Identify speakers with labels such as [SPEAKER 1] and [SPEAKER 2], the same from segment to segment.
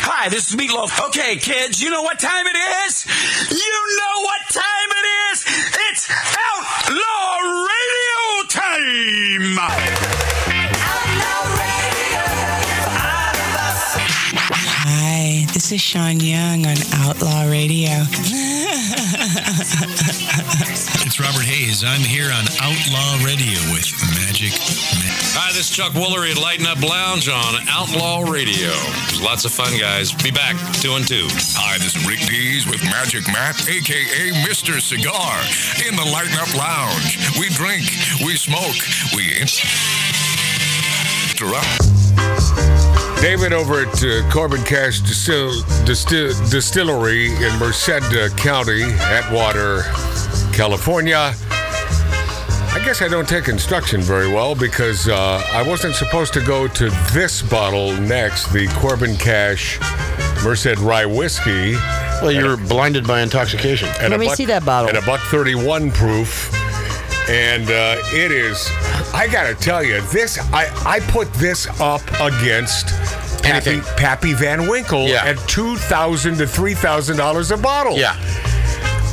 [SPEAKER 1] Hi, this is Meatloaf. Okay, kids, you know what time it is? You know what time it is? It's Outlaw Radio time!
[SPEAKER 2] Hi, this is Sean Young on Outlaw Radio.
[SPEAKER 3] It's Robert Hayes. I'm here on Outlaw Radio with Magic Matt.
[SPEAKER 4] Hi, this is Chuck Woolery at Lighten Up Lounge on Outlaw Radio. There's lots of fun, guys. Be back, two and two.
[SPEAKER 5] Hi, this is Rick Dees with Magic Matt, aka Mr. Cigar, in the Lighten Up Lounge. We drink, we smoke, we interrupt.
[SPEAKER 6] David over at uh, Carbon Cash Distil- Distil- Distillery in Merced County, Atwater, California. I guess I don't take instruction very well because uh, I wasn't supposed to go to this bottle next, the Corbin Cash Merced Rye Whiskey.
[SPEAKER 7] Well, you're blinded by intoxication.
[SPEAKER 6] at
[SPEAKER 8] Let
[SPEAKER 6] a
[SPEAKER 8] me
[SPEAKER 6] buck-
[SPEAKER 8] see that bottle.
[SPEAKER 6] At a buck 31 proof. And uh, it is, I gotta tell you, this, I, I put this up against Pappy,
[SPEAKER 7] Anything.
[SPEAKER 6] Pappy Van Winkle
[SPEAKER 7] Yeah.
[SPEAKER 6] at $2,000 to $3,000 a bottle.
[SPEAKER 7] Yeah.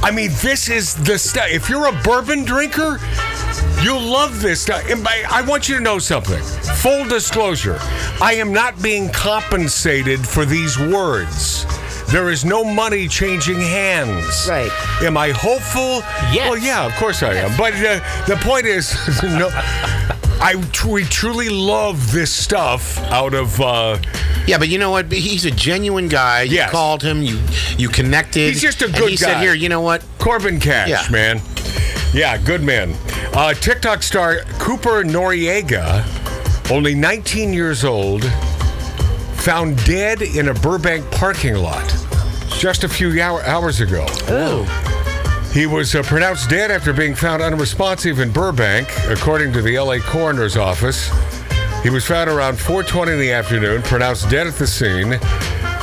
[SPEAKER 6] I mean, this is the stuff. If you're a bourbon drinker, you'll love this stuff. And by, I want you to know something. Full disclosure I am not being compensated for these words. There is no money changing hands.
[SPEAKER 8] Right.
[SPEAKER 6] Am I hopeful?
[SPEAKER 1] Yes.
[SPEAKER 6] Well, yeah, of course I am. But uh, the point is, no. I tr- we truly love this stuff out of. Uh,
[SPEAKER 7] Yeah, but you know what? He's a genuine guy. You
[SPEAKER 6] Yes.
[SPEAKER 7] called him. You you connected.
[SPEAKER 6] He's just a
[SPEAKER 7] and
[SPEAKER 6] good
[SPEAKER 7] he
[SPEAKER 6] guy.
[SPEAKER 7] said, "Here, you know what?
[SPEAKER 6] Corbin Cash,
[SPEAKER 7] Yeah.
[SPEAKER 6] man. Yeah, good man. Uh, TikTok star Cooper Noriega, only 19 years old, found dead in a Burbank parking lot just a few hour, hours ago.
[SPEAKER 8] Ooh.
[SPEAKER 7] Oh.
[SPEAKER 6] He was uh, pronounced dead after being found unresponsive in Burbank, according to the LA coroner's office. He was found around 4:20 in the afternoon, pronounced dead at the scene.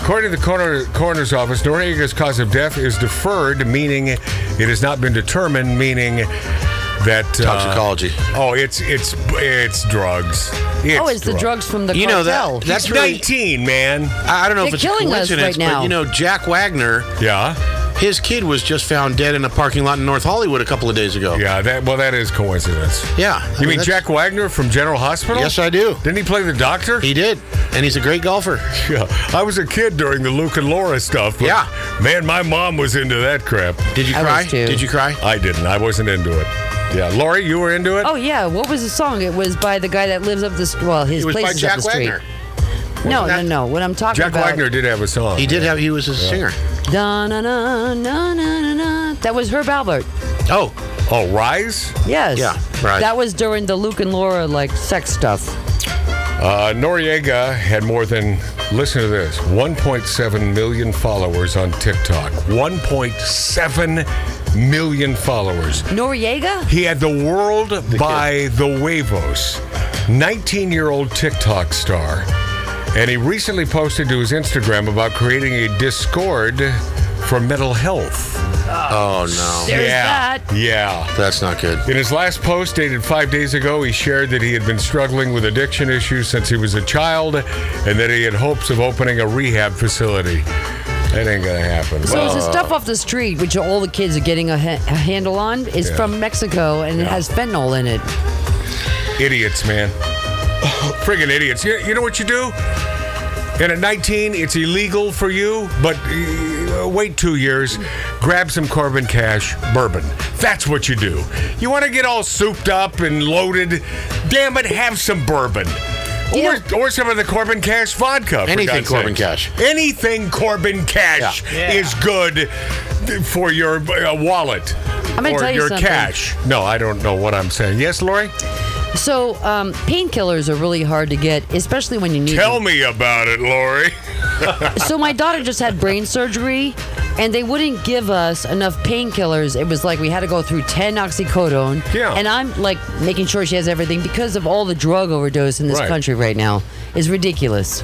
[SPEAKER 6] According to the coroner, coroner's office, Noriega's cause of death is deferred, meaning it has not been determined, meaning that uh,
[SPEAKER 7] Toxicology.
[SPEAKER 6] oh, it's it's it's drugs. It's
[SPEAKER 8] Oh, it's the drugs from the
[SPEAKER 7] you know
[SPEAKER 8] cartel.
[SPEAKER 7] that? That's
[SPEAKER 6] He's
[SPEAKER 7] really.
[SPEAKER 6] 19, man.
[SPEAKER 7] I I don't know
[SPEAKER 8] They're
[SPEAKER 7] if it's
[SPEAKER 8] killing us
[SPEAKER 7] coincidence,
[SPEAKER 8] right now.
[SPEAKER 7] but you know, Jack Wagner,
[SPEAKER 6] Yeah,
[SPEAKER 7] his kid was just found dead in a parking lot in North Hollywood a couple of days ago.
[SPEAKER 6] yeah. That well, that is coincidence.
[SPEAKER 7] Yeah. I
[SPEAKER 6] You mean
[SPEAKER 7] that's-
[SPEAKER 6] Jack Wagner from General Hospital?
[SPEAKER 7] Yes, I do.
[SPEAKER 6] Didn't he play the doctor?
[SPEAKER 7] He did, and he's a great golfer.
[SPEAKER 6] Yeah, I was a kid during the Luke and Laura stuff. But
[SPEAKER 7] Yeah.
[SPEAKER 6] man, my mom was into that crap.
[SPEAKER 7] Did you
[SPEAKER 8] I
[SPEAKER 7] cry?
[SPEAKER 8] was too.
[SPEAKER 7] Did you cry?
[SPEAKER 6] I didn't. I wasn't into it. Yeah, Lori, you were into it.
[SPEAKER 8] Oh yeah, what was the song? It was by the guy that lives up the st- well, his
[SPEAKER 7] It was
[SPEAKER 8] place
[SPEAKER 7] by
[SPEAKER 8] is
[SPEAKER 7] Jack
[SPEAKER 8] up the street.
[SPEAKER 7] Wagner.
[SPEAKER 8] No, no,
[SPEAKER 7] that-
[SPEAKER 8] no. What I'm talking
[SPEAKER 6] Jack
[SPEAKER 8] about.
[SPEAKER 6] Wagner did have a song.
[SPEAKER 7] He did have. He was a singer.
[SPEAKER 8] Da, na, na, na, na, na, na. That was Herb Albert.
[SPEAKER 7] Oh,
[SPEAKER 6] Oh, Rise.
[SPEAKER 8] Yes.
[SPEAKER 7] Yeah, right.
[SPEAKER 8] That was during the Luke and Laura like sex stuff.
[SPEAKER 6] Uh, Noriega had more than listen to this 1.7 million followers on TikTok. 1.7 million followers.
[SPEAKER 8] Noriega?
[SPEAKER 6] He had the world by the huevos. 19 year old TikTok star. And he recently posted to his Instagram about creating a Discord for mental health.
[SPEAKER 7] oh no,
[SPEAKER 8] There's
[SPEAKER 6] yeah.
[SPEAKER 8] that.
[SPEAKER 6] Yeah.
[SPEAKER 7] that's not good.
[SPEAKER 6] In his last post dated five days ago, he shared that he had been struggling with addiction issues since he was a child and that he had hopes of opening a rehab facility. That ain't gonna happen.
[SPEAKER 8] So it's
[SPEAKER 6] Well,
[SPEAKER 8] the stuff off the street, which all the kids are getting a, ha- a handle on, is from Mexico and it has fentanyl in it.
[SPEAKER 6] Idiots, man. Friggin' idiots. You, you know what you do? And at 19, it's illegal for you, but uh, wait two years, grab some carbon cash bourbon. That's what you do. You want to get all souped up and loaded? Damn it, have some bourbon. Or,
[SPEAKER 8] You
[SPEAKER 6] or some of the Corbin Cash vodka. for
[SPEAKER 7] Anything
[SPEAKER 6] God's
[SPEAKER 7] Corbin
[SPEAKER 6] sakes.
[SPEAKER 7] Cash.
[SPEAKER 6] Anything Corbin Cash
[SPEAKER 1] Yeah. Yeah.
[SPEAKER 6] is good for your uh, wallet
[SPEAKER 8] gonna
[SPEAKER 6] or
[SPEAKER 8] tell you
[SPEAKER 6] your
[SPEAKER 8] something.
[SPEAKER 6] cash. No, I don't know what I'm saying. Yes, Lori?
[SPEAKER 8] So um, painkillers are really hard to get, especially when you need them.
[SPEAKER 6] Tell me about it, Lori.
[SPEAKER 8] So my daughter just had brain surgery, and they wouldn't give us enough painkillers. It was like we had to go through ten oxycodone.
[SPEAKER 6] Yeah.
[SPEAKER 8] And I'm like making sure she has everything because of all the drug overdose in this
[SPEAKER 6] Right.
[SPEAKER 8] country right now. Is ridiculous.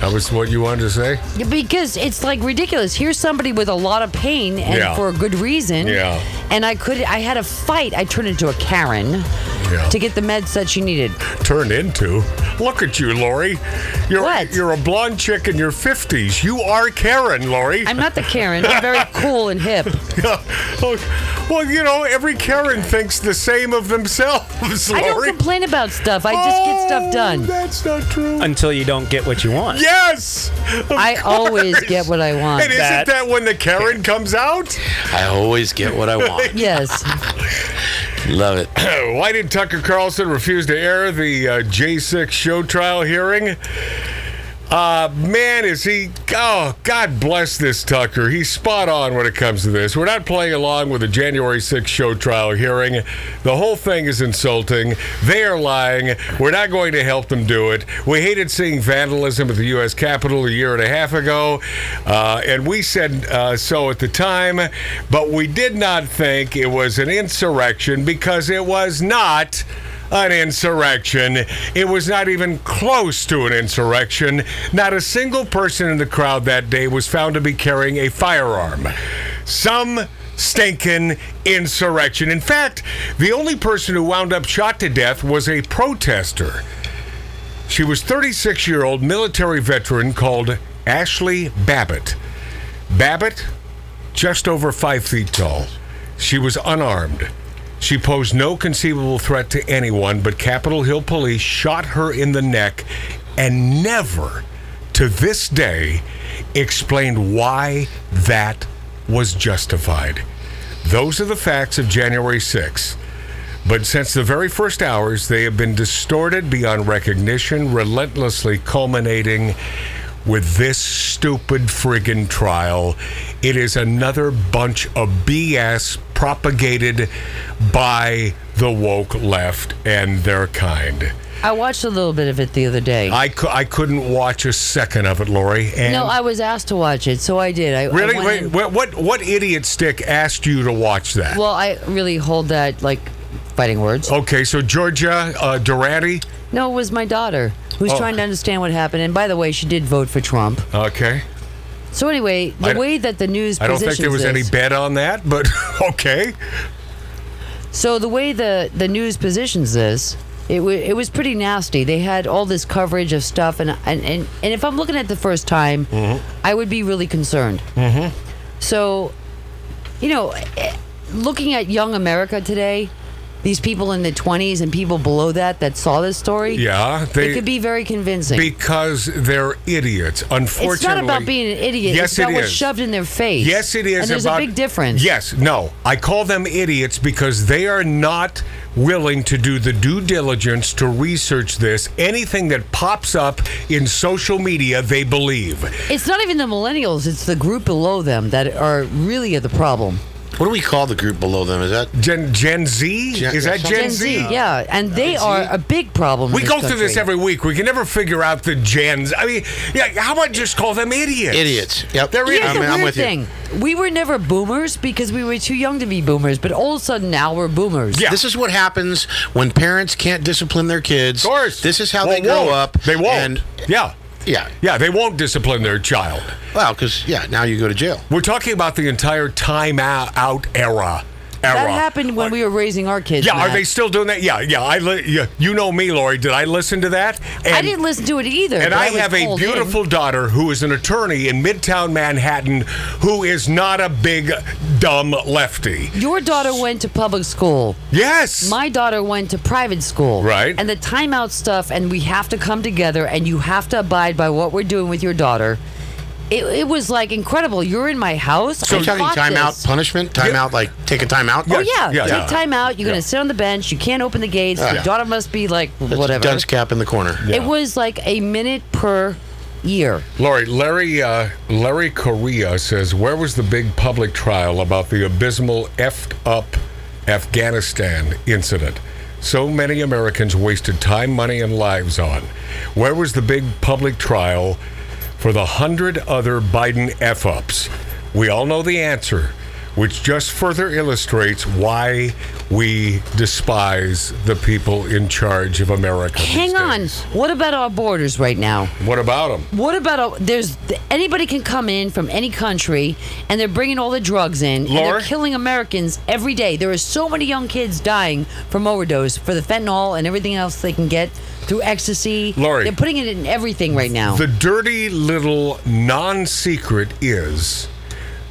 [SPEAKER 6] That was what you wanted to say?
[SPEAKER 8] Because it's like ridiculous. Here's somebody with a lot of pain and
[SPEAKER 6] Yeah.
[SPEAKER 8] for a good reason.
[SPEAKER 6] Yeah.
[SPEAKER 8] And I could I had a fight. I turned into a Karen.
[SPEAKER 6] Yeah.
[SPEAKER 8] to get the meds that she needed.
[SPEAKER 6] Turn into. Look at you, Lori. You're
[SPEAKER 8] What?
[SPEAKER 6] you're a blonde chick in your fifties. You are Karen, Lori.
[SPEAKER 8] I'm not the Karen. I'm very cool and hip.
[SPEAKER 6] Oh, well, you know, every Karen thinks the same of themselves,
[SPEAKER 8] I
[SPEAKER 6] Lori.
[SPEAKER 8] don't complain about stuff. I just get
[SPEAKER 6] Oh,
[SPEAKER 8] stuff done.
[SPEAKER 6] That's not true.
[SPEAKER 9] until you don't get what you want.
[SPEAKER 6] Yes. of
[SPEAKER 8] I always
[SPEAKER 6] course.
[SPEAKER 8] get what I want.
[SPEAKER 6] And isn't
[SPEAKER 9] That-
[SPEAKER 6] that when the Karen comes out?
[SPEAKER 7] I always get what I want.
[SPEAKER 8] Yes.
[SPEAKER 7] Love it.
[SPEAKER 6] Why did Tucker Carlson refuse to air the uh, J6 show trial hearing? Uh, man, is he. Oh, God bless this Tucker. He's spot on when it comes to this. We're not playing along with the January 6th show trial hearing. The whole thing is insulting. They are lying. We're not going to help them do it. We hated seeing vandalism at the U.S. Capitol a year and a half ago, uh, and we said uh, so at the time, but we did not think it was an insurrection because it was not an insurrection. It was not even close to an insurrection. Not a single person in the crowd that day was found to be carrying a firearm. Some stinking insurrection. In fact, the only person who wound up shot to death was a protester. She was 36 year old military veteran called Ashley Babbitt. Babbitt, just over five feet tall. She was unarmed. She posed no conceivable threat to anyone, but Capitol Hill police shot her in the neck and never, to this day, explained why that was justified. Those are the facts of January 6th. But since the very first hours, they have been distorted beyond recognition, relentlessly culminating with this stupid friggin' trial. It is another bunch of BS propagated by the woke left and their kind.
[SPEAKER 8] I watched a little bit of it the other day.
[SPEAKER 6] I, cou- I couldn't watch a second of it, Lori. And
[SPEAKER 8] no, I was asked to watch it, so I did. I I
[SPEAKER 6] really,
[SPEAKER 8] went
[SPEAKER 6] wait,
[SPEAKER 8] and-
[SPEAKER 6] what, what what idiot stick asked you to watch that?
[SPEAKER 8] Well, I really hold that like fighting words.
[SPEAKER 6] okay, so Georgia uh, Durante.
[SPEAKER 8] No, it was my daughter who's
[SPEAKER 6] Oh.
[SPEAKER 8] trying to understand what happened. And by the way, she did vote for Trump.
[SPEAKER 6] Okay.
[SPEAKER 8] So anyway,
[SPEAKER 6] I
[SPEAKER 8] the
[SPEAKER 6] don't-
[SPEAKER 8] way that the news
[SPEAKER 6] I don't think there was
[SPEAKER 8] positions
[SPEAKER 6] any
[SPEAKER 8] this-
[SPEAKER 6] bet on that, but okay.
[SPEAKER 8] So the way the the news positions this, it wa it was pretty nasty. They had all this coverage of stuff, and and and, and if I'm looking at the first time,
[SPEAKER 6] Mm-hmm.
[SPEAKER 8] I would be really concerned. Mm-hmm. So, you know, eh, looking at young America today, these people in the 20s and people below that that saw this story,
[SPEAKER 6] Yeah,
[SPEAKER 8] it
[SPEAKER 6] they
[SPEAKER 8] could be very convincing.
[SPEAKER 6] because they're idiots. Unfortunately,
[SPEAKER 8] it's not about being an idiot.
[SPEAKER 6] Yes,
[SPEAKER 8] it's about
[SPEAKER 6] it
[SPEAKER 8] what's
[SPEAKER 6] is.
[SPEAKER 8] shoved in their face.
[SPEAKER 6] Yes, it is.
[SPEAKER 8] And there's
[SPEAKER 6] about-
[SPEAKER 8] a big difference.
[SPEAKER 6] Yes, no. I call them idiots because they are not willing to do the due diligence to research this. Anything that pops up in social media, they believe.
[SPEAKER 8] It's not even the millennials. It's the group below them that are really the problem.
[SPEAKER 7] What do we call the group below them? Is that
[SPEAKER 6] Gen Gen Z
[SPEAKER 7] Gen-
[SPEAKER 6] is that
[SPEAKER 7] Gen
[SPEAKER 6] Gen,
[SPEAKER 8] Z, yeah, and they
[SPEAKER 7] Gen Z?
[SPEAKER 8] are a big problem. in
[SPEAKER 6] We go through
[SPEAKER 8] country.
[SPEAKER 6] this every week. We can never figure out the gens. I mean, yeah, how about just call them idiots?
[SPEAKER 7] idiots? Yep.
[SPEAKER 6] They're
[SPEAKER 8] Here's
[SPEAKER 6] idiots.
[SPEAKER 7] I'm-
[SPEAKER 8] the weird
[SPEAKER 7] I'm with you.
[SPEAKER 8] thing: we were never boomers because we were too young to be boomers, but all of a sudden now we're boomers.
[SPEAKER 6] Yeah.
[SPEAKER 7] This is what happens when parents can't discipline their kids.
[SPEAKER 6] Of course.
[SPEAKER 7] This is how
[SPEAKER 6] Well,
[SPEAKER 7] they grow
[SPEAKER 6] won't.
[SPEAKER 7] up.
[SPEAKER 6] They won't.
[SPEAKER 7] And,
[SPEAKER 6] yeah.
[SPEAKER 7] yeah.
[SPEAKER 6] Yeah, they won't discipline their child.
[SPEAKER 7] Well, because, yeah, now you go to jail.
[SPEAKER 6] We're talking about the entire time out, out era. Era.
[SPEAKER 8] that happened when we were raising our kids.
[SPEAKER 6] Yeah, are
[SPEAKER 8] Matt.
[SPEAKER 6] they still doing that? Yeah, yeah. I li- yeah, you know me, Lori. Did I listen to that? And,
[SPEAKER 8] I didn't listen to it either.
[SPEAKER 6] And
[SPEAKER 8] but
[SPEAKER 6] I
[SPEAKER 8] was
[SPEAKER 6] have a
[SPEAKER 8] pulled in.
[SPEAKER 6] beautiful daughter who is an attorney in Midtown Manhattan, who is not a big dumb lefty.
[SPEAKER 8] Your daughter went to public school.
[SPEAKER 6] Yes.
[SPEAKER 8] My daughter went to private school.
[SPEAKER 6] Right.
[SPEAKER 8] And the timeout stuff, and we have to come together, and you have to abide by what we're doing with your daughter. It, it was like incredible. You're in my house.
[SPEAKER 7] So
[SPEAKER 8] I
[SPEAKER 7] you're talking
[SPEAKER 8] fought
[SPEAKER 7] timeout
[SPEAKER 8] this.
[SPEAKER 7] punishment? Timeout, like take a timeout?
[SPEAKER 8] Oh yeah,
[SPEAKER 6] Yeah,
[SPEAKER 8] take
[SPEAKER 6] yeah.
[SPEAKER 8] time out. You're
[SPEAKER 6] Yeah.
[SPEAKER 8] gonna sit on the bench. You can't open the gates.
[SPEAKER 7] Yeah.
[SPEAKER 8] Your daughter must be like
[SPEAKER 7] That's
[SPEAKER 8] whatever.
[SPEAKER 7] Dunce cap in the corner.
[SPEAKER 8] It was like a minute per year.
[SPEAKER 6] Lori, Larry, uh, Larry Correa says, "Where was the big public trial about the abysmal effed up Afghanistan incident? So many Americans wasted time, money, and lives on. Where was the big public trial for the hundred other Biden f ups? We all know the answer." which just further illustrates why we despise the people in charge of America. these
[SPEAKER 8] Hang on.
[SPEAKER 6] days.
[SPEAKER 8] What about our borders right now?
[SPEAKER 6] What about them?
[SPEAKER 8] What about a, there's anybody can come in from any country and they're bringing all the drugs in and
[SPEAKER 6] Laura?
[SPEAKER 8] they're killing Americans every day. There are so many young kids dying from overdose for the fentanyl and everything else they can get through ecstasy.
[SPEAKER 6] Lori.
[SPEAKER 8] they're putting it in everything right now.
[SPEAKER 6] The dirty little non secret is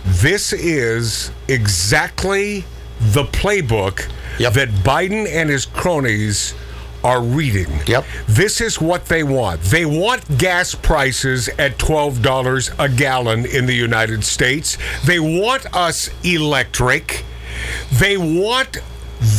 [SPEAKER 6] this is exactly the playbook
[SPEAKER 7] Yep.
[SPEAKER 6] that Biden and his cronies are reading.
[SPEAKER 7] Yep.
[SPEAKER 6] This is what they want. They want gas prices at $12 a gallon in the United States. They want us electric. They want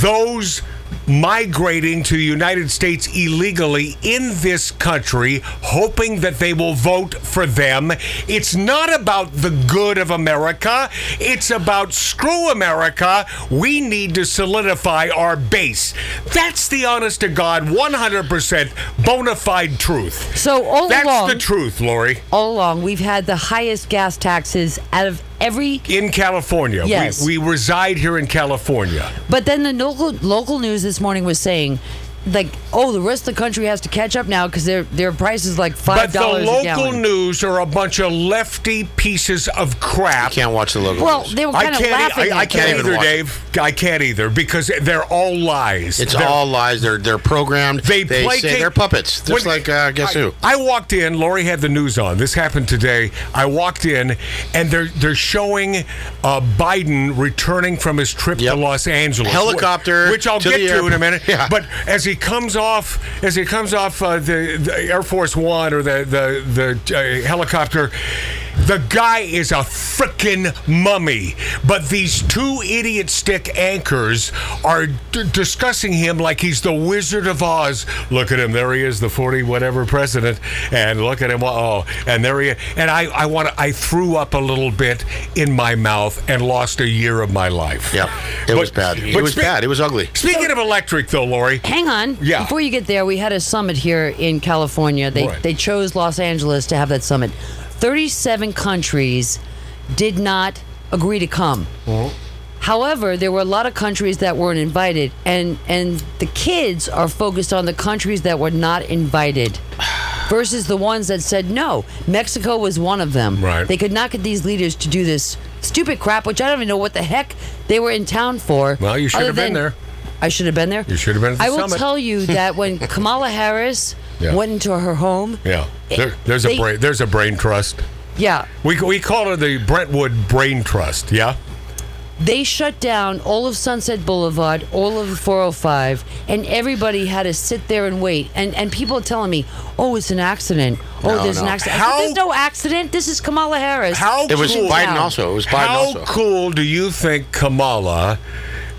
[SPEAKER 6] those migrating to the United States illegally in this country, hoping that they will vote for them. It's not about the good of America, it's about screw America. We need to solidify our base. That's the honest to God, 100% bona fide truth.
[SPEAKER 8] so all
[SPEAKER 6] That's
[SPEAKER 8] along,
[SPEAKER 6] the truth, Lori.
[SPEAKER 8] all along, we've had the highest gas taxes out of every
[SPEAKER 6] In California. We-
[SPEAKER 8] Yes.
[SPEAKER 6] We, reside here in California.
[SPEAKER 8] But then the local local news this morning was saying, like, oh, the rest of the country has to catch up now because their their price is like
[SPEAKER 6] But
[SPEAKER 8] five
[SPEAKER 6] the
[SPEAKER 8] dollars a
[SPEAKER 6] local
[SPEAKER 8] gallon.
[SPEAKER 6] news are a bunch of lefty pieces of crap.
[SPEAKER 7] Can't watch the logo.
[SPEAKER 8] well, they were
[SPEAKER 6] I
[SPEAKER 8] kind of
[SPEAKER 6] can't. e-
[SPEAKER 8] laughing.
[SPEAKER 6] I,
[SPEAKER 8] at
[SPEAKER 6] I can't
[SPEAKER 8] the-
[SPEAKER 7] even
[SPEAKER 6] either,
[SPEAKER 7] watch it.
[SPEAKER 6] Dave. I can't either because they're all lies.
[SPEAKER 7] it's
[SPEAKER 6] They're-
[SPEAKER 7] all lies. They're they're programmed.
[SPEAKER 6] They,
[SPEAKER 7] They, they say
[SPEAKER 6] placate-
[SPEAKER 7] they're puppets, just
[SPEAKER 6] When-
[SPEAKER 7] like uh, guess
[SPEAKER 6] I,
[SPEAKER 7] who?
[SPEAKER 6] I walked in. Lori had the news on. This happened today. I walked in, and they're they're showing uh, Biden returning from his trip
[SPEAKER 7] Yep.
[SPEAKER 6] to Los Angeles,
[SPEAKER 7] Helicopter
[SPEAKER 6] wh- which I'll
[SPEAKER 7] to
[SPEAKER 6] get
[SPEAKER 7] the
[SPEAKER 6] to in a
[SPEAKER 7] airport.
[SPEAKER 6] minute.
[SPEAKER 7] Yeah.
[SPEAKER 6] But as he comes off, as he comes off uh, the, the Air Force One or the the, the uh, helicopter. The guy is a frickin' mummy, but these two idiot stick anchors are d- discussing him like he's the Wizard of Oz. Look at him, there he is, the forty whatever president, and look at him. Oh, and there he is. And I, I want, I threw up a little bit in my mouth and lost a year of my life.
[SPEAKER 7] Yeah, it
[SPEAKER 6] But-
[SPEAKER 7] was bad. It
[SPEAKER 6] but
[SPEAKER 7] was
[SPEAKER 6] spe-
[SPEAKER 7] bad. It was ugly.
[SPEAKER 6] Speaking of electric, though, Lori,
[SPEAKER 8] Hang on.
[SPEAKER 6] Yeah.
[SPEAKER 8] Before you get there, we had a summit here in California. They
[SPEAKER 6] Right.
[SPEAKER 8] they chose Los Angeles to have that summit. Thirty-seven countries did not agree to come.
[SPEAKER 6] Uh-huh.
[SPEAKER 8] However, there were a lot of countries that weren't invited, and and the kids are focused on the countries that were not invited. Versus the ones that said no. Mexico was one of them.
[SPEAKER 6] Right.
[SPEAKER 8] They could not get these leaders to do this stupid crap, which I don't even know what the heck they were in town for.
[SPEAKER 6] Well, you should
[SPEAKER 8] other
[SPEAKER 6] have been
[SPEAKER 8] than-
[SPEAKER 6] there.
[SPEAKER 8] I should have been there.
[SPEAKER 6] You should have been at the
[SPEAKER 8] I will
[SPEAKER 6] summit.
[SPEAKER 8] tell you that when Kamala Harris
[SPEAKER 6] Yeah.
[SPEAKER 8] went into her home,
[SPEAKER 6] yeah, there, there's a
[SPEAKER 8] They-
[SPEAKER 6] brain, there's a brain trust.
[SPEAKER 8] yeah,
[SPEAKER 6] We we call it the Brentwood Brain Trust. Yeah.
[SPEAKER 8] they shut down all of Sunset Boulevard, all of 405, and everybody had to sit there and wait. And and people are telling me, oh, it's an accident. Oh,
[SPEAKER 7] No,
[SPEAKER 8] there's an
[SPEAKER 7] no.
[SPEAKER 8] accident. I said,
[SPEAKER 6] How-
[SPEAKER 8] There's no accident. This is Kamala Harris.
[SPEAKER 6] How
[SPEAKER 7] It was
[SPEAKER 6] cool.
[SPEAKER 7] Biden also. It was Biden
[SPEAKER 6] How
[SPEAKER 7] also.
[SPEAKER 6] cool do you think Kamala?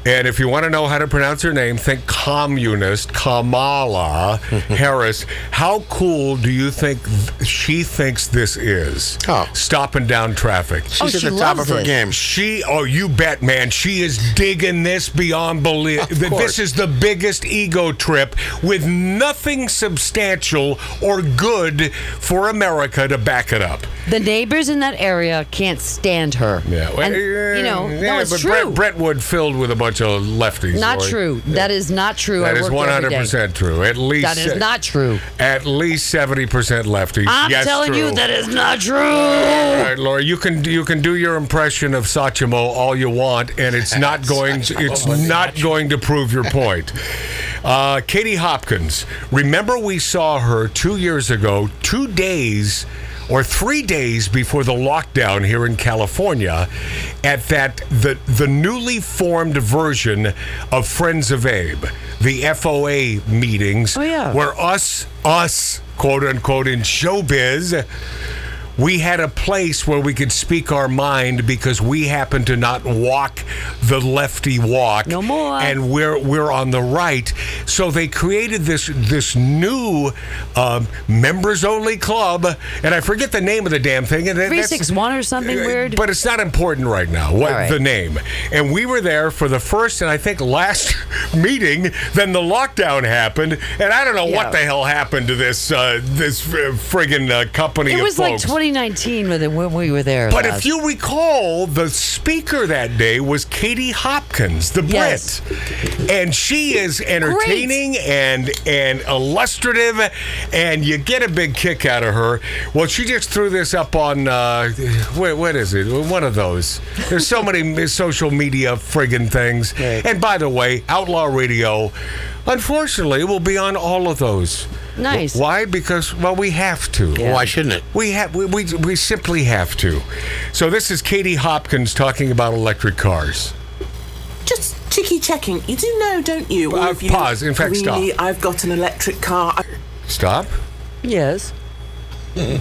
[SPEAKER 6] And if you want to know how to pronounce her name, think communist Kamala Harris. How cool do you think th- she thinks this is?
[SPEAKER 7] Oh.
[SPEAKER 6] Stopping down traffic.
[SPEAKER 8] Oh,
[SPEAKER 7] She's
[SPEAKER 8] she
[SPEAKER 7] at the top of
[SPEAKER 8] loves
[SPEAKER 7] her
[SPEAKER 8] it.
[SPEAKER 7] game.
[SPEAKER 6] She, oh, you bet, man. She is digging this beyond belief.
[SPEAKER 7] Of
[SPEAKER 6] Th- This
[SPEAKER 7] course.
[SPEAKER 6] is the biggest ego trip with nothing substantial or good for America to back it up.
[SPEAKER 8] The neighbors in that area can't stand her. And, you know,
[SPEAKER 6] yeah,
[SPEAKER 8] no, it's
[SPEAKER 6] but
[SPEAKER 8] true.
[SPEAKER 6] Brett, Brentwood filled with a bunch of lefties.
[SPEAKER 8] not
[SPEAKER 6] Lori.
[SPEAKER 8] true. That is not true.
[SPEAKER 6] That
[SPEAKER 8] I
[SPEAKER 6] is
[SPEAKER 8] work
[SPEAKER 6] one
[SPEAKER 8] there every
[SPEAKER 6] hundred
[SPEAKER 8] day.
[SPEAKER 6] percent true. At least
[SPEAKER 8] That is not true.
[SPEAKER 6] At least seventy percent lefties.
[SPEAKER 8] I'm
[SPEAKER 6] yes,
[SPEAKER 8] telling
[SPEAKER 6] true.
[SPEAKER 8] you that is not true.
[SPEAKER 6] All right, Laura, you can you can do your impression of Sachimo all you want, and it's not going to, it's not going to prove your point. Uh, Katie Hopkins, remember we saw her two years ago, two days or three days before the lockdown here in California, at that the the newly formed version of Friends of Abe, the FOA meetings,
[SPEAKER 8] Oh, yeah.
[SPEAKER 6] where us us quote unquote in showbiz we had a place where we could speak our mind because we happen to not walk the lefty walk
[SPEAKER 8] No more.
[SPEAKER 6] and we're we're on the right so they created this this new um, members only club and i forget the name of the damn thing and that-
[SPEAKER 8] Three
[SPEAKER 6] that's-
[SPEAKER 8] six one or something
[SPEAKER 6] uh,
[SPEAKER 8] weird.
[SPEAKER 6] But it's not important right now. What
[SPEAKER 8] All right.
[SPEAKER 6] the name? And we were there for the first and I think last meeting. Then the lockdown happened, and I don't know
[SPEAKER 8] Yeah.
[SPEAKER 6] what the hell happened to this uh, this uh, friggin' uh, company.
[SPEAKER 8] it
[SPEAKER 6] of
[SPEAKER 8] was like
[SPEAKER 6] folks.
[SPEAKER 8] 20 2019 when, when we were there.
[SPEAKER 6] But
[SPEAKER 8] last.
[SPEAKER 6] if you recall, the speaker that day was Katie Hopkins, the
[SPEAKER 8] Yes.
[SPEAKER 6] Brit, and she is entertaining and and illustrative, and you get a big kick out of her. Well, she just threw this up on uh, where, what is it? One of those. There's so many social media friggin' things. And by the way, Outlaw Radio, unfortunately, will be on all of those.
[SPEAKER 8] Nice.
[SPEAKER 6] Why? Because well, we have to.
[SPEAKER 7] Why shouldn't it?
[SPEAKER 6] We have we, we we simply have to. So this is Katie Hopkins talking about electric cars.
[SPEAKER 9] Just cheeky checking. You do know, don't you? all
[SPEAKER 6] Uh,
[SPEAKER 9] of you
[SPEAKER 6] pause. In fact, stop.
[SPEAKER 9] really, I've got an electric car. I-
[SPEAKER 6] Stop.
[SPEAKER 8] yes,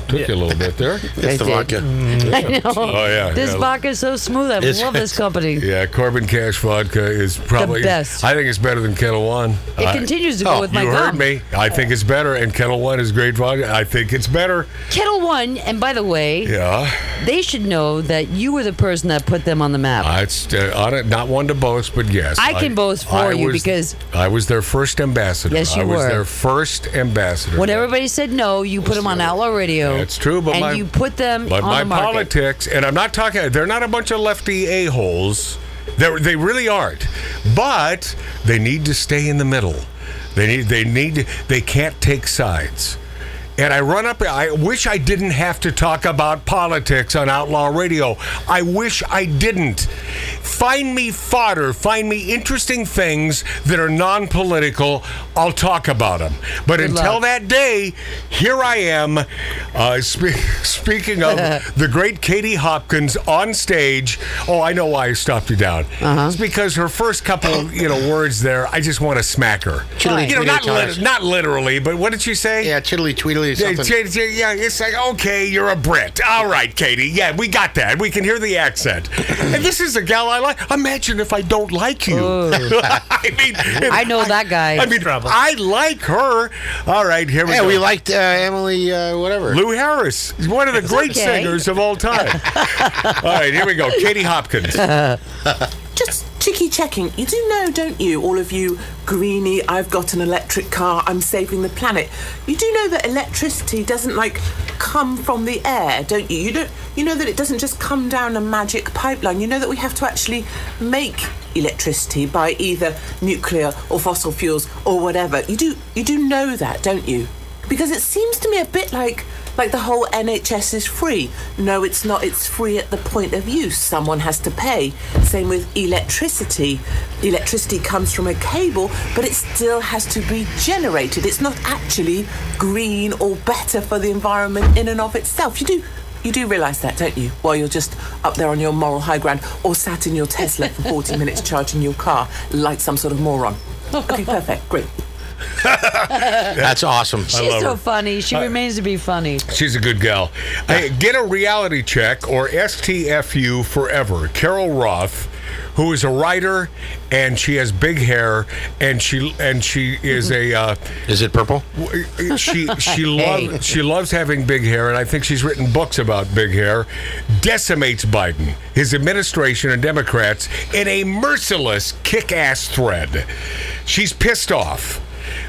[SPEAKER 6] Took you a little bit there.
[SPEAKER 7] It's the
[SPEAKER 8] did.
[SPEAKER 7] vodka.
[SPEAKER 8] I know.
[SPEAKER 6] Oh yeah.
[SPEAKER 8] This
[SPEAKER 6] yeah.
[SPEAKER 8] vodka is so smooth. I
[SPEAKER 7] It's-
[SPEAKER 8] love this company.
[SPEAKER 6] Yeah, Corbin Cash vodka is probably
[SPEAKER 8] best.
[SPEAKER 6] I think it's better than Kettle One.
[SPEAKER 8] It
[SPEAKER 6] I-
[SPEAKER 8] continues to go
[SPEAKER 6] Oh,
[SPEAKER 8] with my
[SPEAKER 6] you heard
[SPEAKER 8] gum.
[SPEAKER 6] me. I think it's better, and Kettle One is great vodka. I think it's better.
[SPEAKER 8] Kettle One, and by the way,
[SPEAKER 6] Yeah,
[SPEAKER 8] they should know that you were the person that put them on the map.
[SPEAKER 6] I it's, uh, on it. Not one to boast, but yes,
[SPEAKER 8] I can boast for
[SPEAKER 6] I
[SPEAKER 8] you
[SPEAKER 6] was-
[SPEAKER 8] because-
[SPEAKER 6] I was their first ambassador.
[SPEAKER 8] Yes, you
[SPEAKER 6] I was
[SPEAKER 8] were.
[SPEAKER 6] their first ambassador.
[SPEAKER 8] when everybody said no, you put them on Outlaw Radio.
[SPEAKER 6] That's true, but
[SPEAKER 8] and
[SPEAKER 6] my,
[SPEAKER 8] you put them
[SPEAKER 6] but
[SPEAKER 8] on
[SPEAKER 6] my
[SPEAKER 8] the market.
[SPEAKER 6] politics, and I'm not talking. They're not a bunch of lefty a holes. They they really aren't. But they need to stay in the middle. They need they need they can't take sides. And I run up. I wish I didn't have to talk about politics on Outlaw Radio. I wish I didn't. Find me fodder. Find me interesting things that are non-political. I'll talk about them. But until
[SPEAKER 8] luck.
[SPEAKER 6] that that day, here I am. Uh, spe- speaking of the great Katie Hopkins on stage. Oh, I know why I stopped you down. It's because her first couple, you know, words there. I just want to smack her.
[SPEAKER 7] Chiddly
[SPEAKER 6] You know,
[SPEAKER 7] tweedly
[SPEAKER 6] not, lit-
[SPEAKER 7] totters.
[SPEAKER 6] not literally, but what did she say?
[SPEAKER 7] Yeah, chiddly tweedly
[SPEAKER 6] Yeah,
[SPEAKER 7] something.
[SPEAKER 6] ch- ch- yeah, it's like okay, you're a Brit. All right, Katie. Yeah, we got that. We can hear the accent. and this is a gal I like. Imagine if I don't like you. I mean,
[SPEAKER 8] I know that guy.
[SPEAKER 6] I mean, I like her. All right, here we
[SPEAKER 7] yeah,
[SPEAKER 6] go.
[SPEAKER 7] we liked uh, Emily, uh, whatever.
[SPEAKER 6] Lou Harris, he's one of the great
[SPEAKER 8] okay.
[SPEAKER 6] singers of all time. all right, here we go. Katie Hopkins.
[SPEAKER 9] Just cheeky checking. You do know, don't you, all of you greeny, I've got an electric car, I'm saving the planet. You do know that electricity doesn't like come from the air, don't you? You don't you know that it doesn't just come down a magic pipeline. You know that we have to actually make electricity by either nuclear or fossil fuels or whatever. You do you do know that, don't you? Because it seems to me a bit like like the whole NHS is free. No, it's not. It's free at the point of use. Someone has to pay. Same with electricity. Electricity comes from a cable, but it still has to be generated. It's not actually green or better for the environment in and of itself. You do you do realise that, don't you? While you're just up there on your moral high ground or sat in your Tesla for 40 minutes charging your car like some sort of moron. Okay, perfect. Great.
[SPEAKER 7] That's awesome.
[SPEAKER 8] She's
[SPEAKER 6] love
[SPEAKER 8] so
[SPEAKER 6] her.
[SPEAKER 8] funny. She remains to be funny.
[SPEAKER 6] She's a good gal. Hey, get a reality check or STFU forever. Carol Roth, who is a writer, and she has big hair, and she and she is a. Uh,
[SPEAKER 7] Is it purple?
[SPEAKER 6] she she loves she loves having big hair, and I think she's written books about big hair. Decimates Biden, his administration, and Democrats in a merciless kick-ass thread. She's pissed off.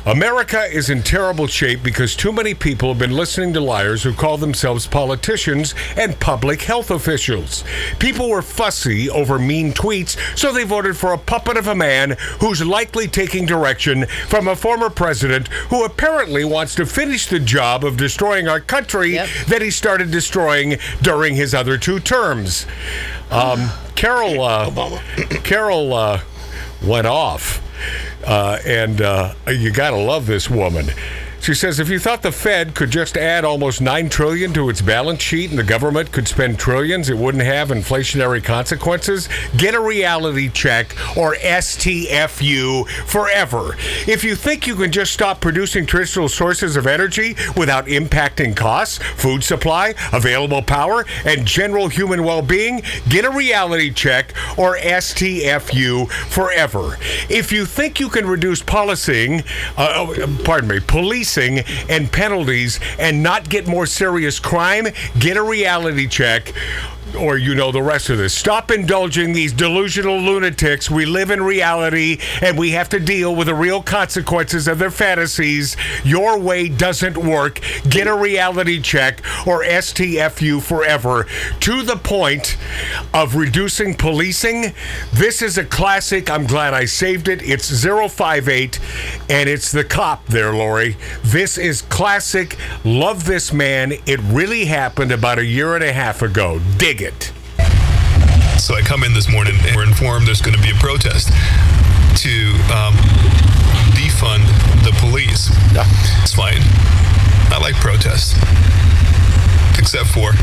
[SPEAKER 6] America is in terrible shape because too many people have been listening to liars who call themselves politicians and public health officials. People were fussy over mean tweets, so they voted for a puppet of a man who's likely taking direction from a former president who apparently wants to finish the job of destroying our country
[SPEAKER 8] Yep.
[SPEAKER 6] that he started destroying during his other two terms. Um, Carol, uh, Carol uh, went off, uh, and uh, you gotta love this woman. She says, if you thought the Fed could just add almost nine trillion to its balance sheet and the government could spend trillions, it wouldn't have inflationary consequences. Get a reality check or STFU forever. If you think you can just stop producing traditional sources of energy without impacting costs, food supply, available power, and general human well being, get a reality check or STFU forever. If you think you can reduce policing, uh, oh, pardon me, policing, policing and penalties and not get more serious crime, get a reality check. Or you know the rest of this. Stop indulging these delusional lunatics. We live in reality and we have to deal with the real consequences of their fantasies. Your way doesn't work. Get a reality check or STFU forever. To the point of reducing policing, this is a classic. I'm glad I saved it. It's 058 and it's the cop there, Lori. This is classic. Love this man. It really happened about a year and a half ago. Dig it.
[SPEAKER 10] So I come in this morning and we're informed there's going to be a protest to um, defund the police. It's fine. I like protests, except for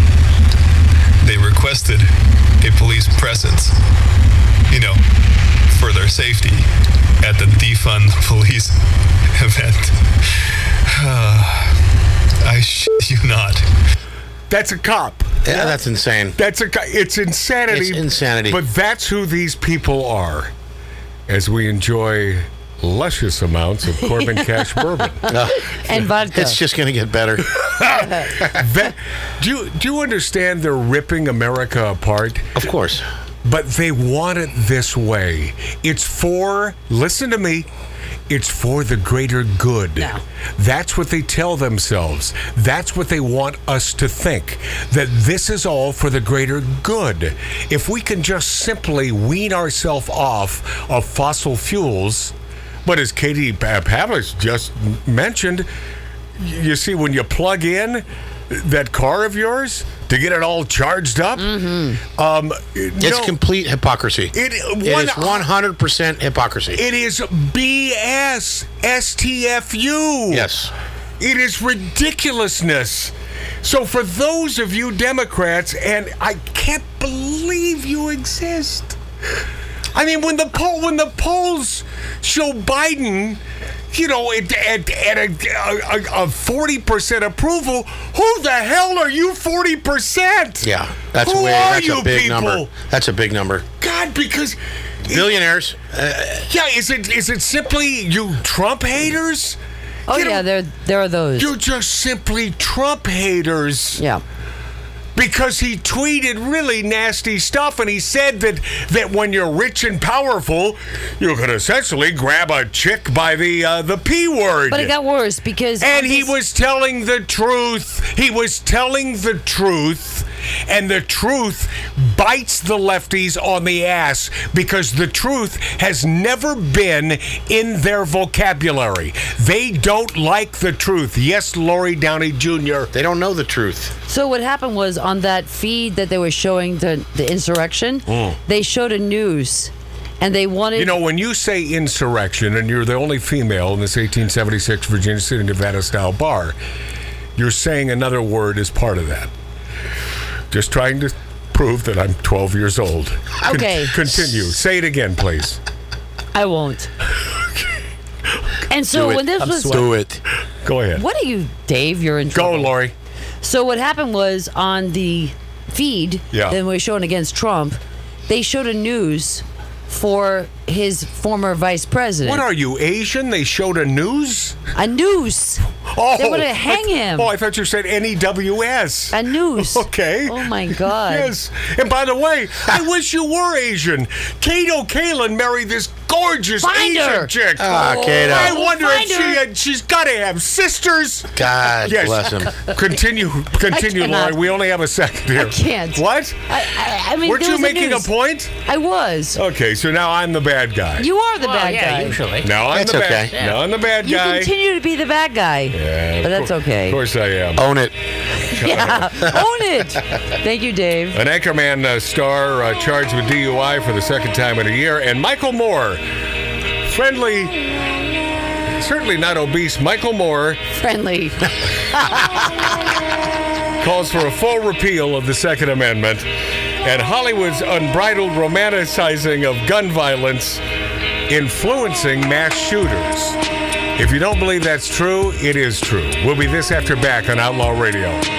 [SPEAKER 10] they requested a police presence, you know, for their safety at the defund the police event. I shit you not.
[SPEAKER 6] That's a cop.
[SPEAKER 7] Yeah, that's insane.
[SPEAKER 6] That's a. co- It's insanity.
[SPEAKER 7] It's insanity.
[SPEAKER 6] But that's who these people are. As we enjoy luscious amounts of Corbin Cash bourbon.
[SPEAKER 8] and vodka.
[SPEAKER 7] It's just going to get better.
[SPEAKER 6] That- do you do you understand? They're ripping America apart.
[SPEAKER 7] of course.
[SPEAKER 6] but they want it this way. It's for, listen to me, it's for the greater good. That's what they tell themselves. That's what they want us to think that this is all for the greater good. If we can just simply wean ourselves off of fossil fuels, but as Katie Pa- Pavlich just mentioned, you see, when you plug in that car of yours to get it all charged up, um,
[SPEAKER 7] It's
[SPEAKER 6] no,
[SPEAKER 7] complete hypocrisy.
[SPEAKER 6] it,
[SPEAKER 7] It
[SPEAKER 6] one,
[SPEAKER 7] is 100% hypocrisy.
[SPEAKER 6] it is BS. STFU.
[SPEAKER 7] yes.
[SPEAKER 6] It is ridiculousness. So for those of you Democrats, and I can't believe you exist. I mean, when the poll when the polls show Biden, you know, at, at, at a forty percent approval, who the hell are you forty percent?
[SPEAKER 7] Yeah. That's
[SPEAKER 6] who
[SPEAKER 7] way
[SPEAKER 6] are
[SPEAKER 7] that's
[SPEAKER 6] you
[SPEAKER 7] a big
[SPEAKER 6] people?
[SPEAKER 7] number. That's a big number.
[SPEAKER 6] God, because
[SPEAKER 7] Billionaires.
[SPEAKER 6] Yeah, is it is it simply you Trump haters?
[SPEAKER 8] oh
[SPEAKER 6] You know,
[SPEAKER 8] yeah, there there are those.
[SPEAKER 6] You're just simply Trump haters
[SPEAKER 8] yeah.
[SPEAKER 6] because he tweeted really nasty stuff and he said that that when you're rich and powerful, you can essentially grab a chick by the uh, the p word.
[SPEAKER 8] But it got worse because
[SPEAKER 6] and
[SPEAKER 8] on
[SPEAKER 6] he
[SPEAKER 8] this-
[SPEAKER 6] was telling the truth. He was telling the truth. And the truth bites the lefties on the ass because the truth has never been in their vocabulary. They don't like the truth. Yes, Lori Downey Jr.
[SPEAKER 7] They don't know the truth.
[SPEAKER 8] So what happened was on that feed that they were showing the the insurrection, they showed a noose, and they wanted
[SPEAKER 6] Hmm. You know, when you say insurrection and you're the only female in this 1876 Virginia City, Nevada style bar, you're saying another word as part of that. Just trying to prove that I'm 12 years old. Con-
[SPEAKER 8] Okay.
[SPEAKER 6] continue. Say it again, please.
[SPEAKER 8] I won't. and so when this was
[SPEAKER 7] it.
[SPEAKER 6] Go ahead.
[SPEAKER 8] what are you, Dave? You're in
[SPEAKER 6] Go,
[SPEAKER 8] trouble.
[SPEAKER 6] Lori.
[SPEAKER 8] So what happened was on the feed
[SPEAKER 6] Yeah.
[SPEAKER 8] that was shown against Trump, they showed a news for his former vice president.
[SPEAKER 6] What are you, Asian? They showed a news?
[SPEAKER 8] a noose.
[SPEAKER 6] Oh,
[SPEAKER 8] They wanna
[SPEAKER 6] I
[SPEAKER 8] hang
[SPEAKER 6] th-
[SPEAKER 8] him.
[SPEAKER 6] Oh, I thought you said N-E-W-S.
[SPEAKER 8] A noose.
[SPEAKER 6] Okay.
[SPEAKER 8] Oh my God. Ah.
[SPEAKER 6] Yes. And by the way, I wish you were Asian. Kato Kalin married this gorgeous
[SPEAKER 8] Find
[SPEAKER 6] Asian
[SPEAKER 8] her.
[SPEAKER 6] chick.
[SPEAKER 7] Ah, Kato.
[SPEAKER 6] I wonder
[SPEAKER 8] Find
[SPEAKER 6] if she
[SPEAKER 8] her.
[SPEAKER 6] had, she's got to have sisters.
[SPEAKER 7] God
[SPEAKER 6] Yes.
[SPEAKER 7] bless him.
[SPEAKER 6] Continue, continue,
[SPEAKER 8] cannot.
[SPEAKER 6] Lori. We only have a second here.
[SPEAKER 8] I can't.
[SPEAKER 6] What?
[SPEAKER 8] I, I, I mean,
[SPEAKER 6] Weren't
[SPEAKER 8] there
[SPEAKER 6] you
[SPEAKER 8] was
[SPEAKER 6] making a
[SPEAKER 8] news.
[SPEAKER 6] point?
[SPEAKER 8] I was.
[SPEAKER 6] Okay, so now I'm the bad guy.
[SPEAKER 8] You are the bad
[SPEAKER 11] yeah,
[SPEAKER 8] guy.
[SPEAKER 11] usually.
[SPEAKER 6] now I'm
[SPEAKER 7] That's
[SPEAKER 6] the bad.
[SPEAKER 7] okay.
[SPEAKER 6] Now I'm the bad
[SPEAKER 8] You
[SPEAKER 6] guy.
[SPEAKER 8] continue to be the bad guy,
[SPEAKER 6] Yeah,
[SPEAKER 8] but
[SPEAKER 6] of
[SPEAKER 8] that's
[SPEAKER 6] cour-
[SPEAKER 8] okay.
[SPEAKER 6] Of course I am.
[SPEAKER 7] Own it.
[SPEAKER 8] Yeah, own it. Thank you, Dave.
[SPEAKER 6] An Anchorman uh, star uh, charged with DUI for the second time in a year, and Michael Moore, friendly, certainly not obese. Michael Moore
[SPEAKER 8] Friendly.
[SPEAKER 6] calls for a full repeal of the Second Amendment, and Hollywood's unbridled romanticizing of gun violence influencing mass shooters. If you don't believe that's true, it is true. We'll be this after back on Outlaw Radio.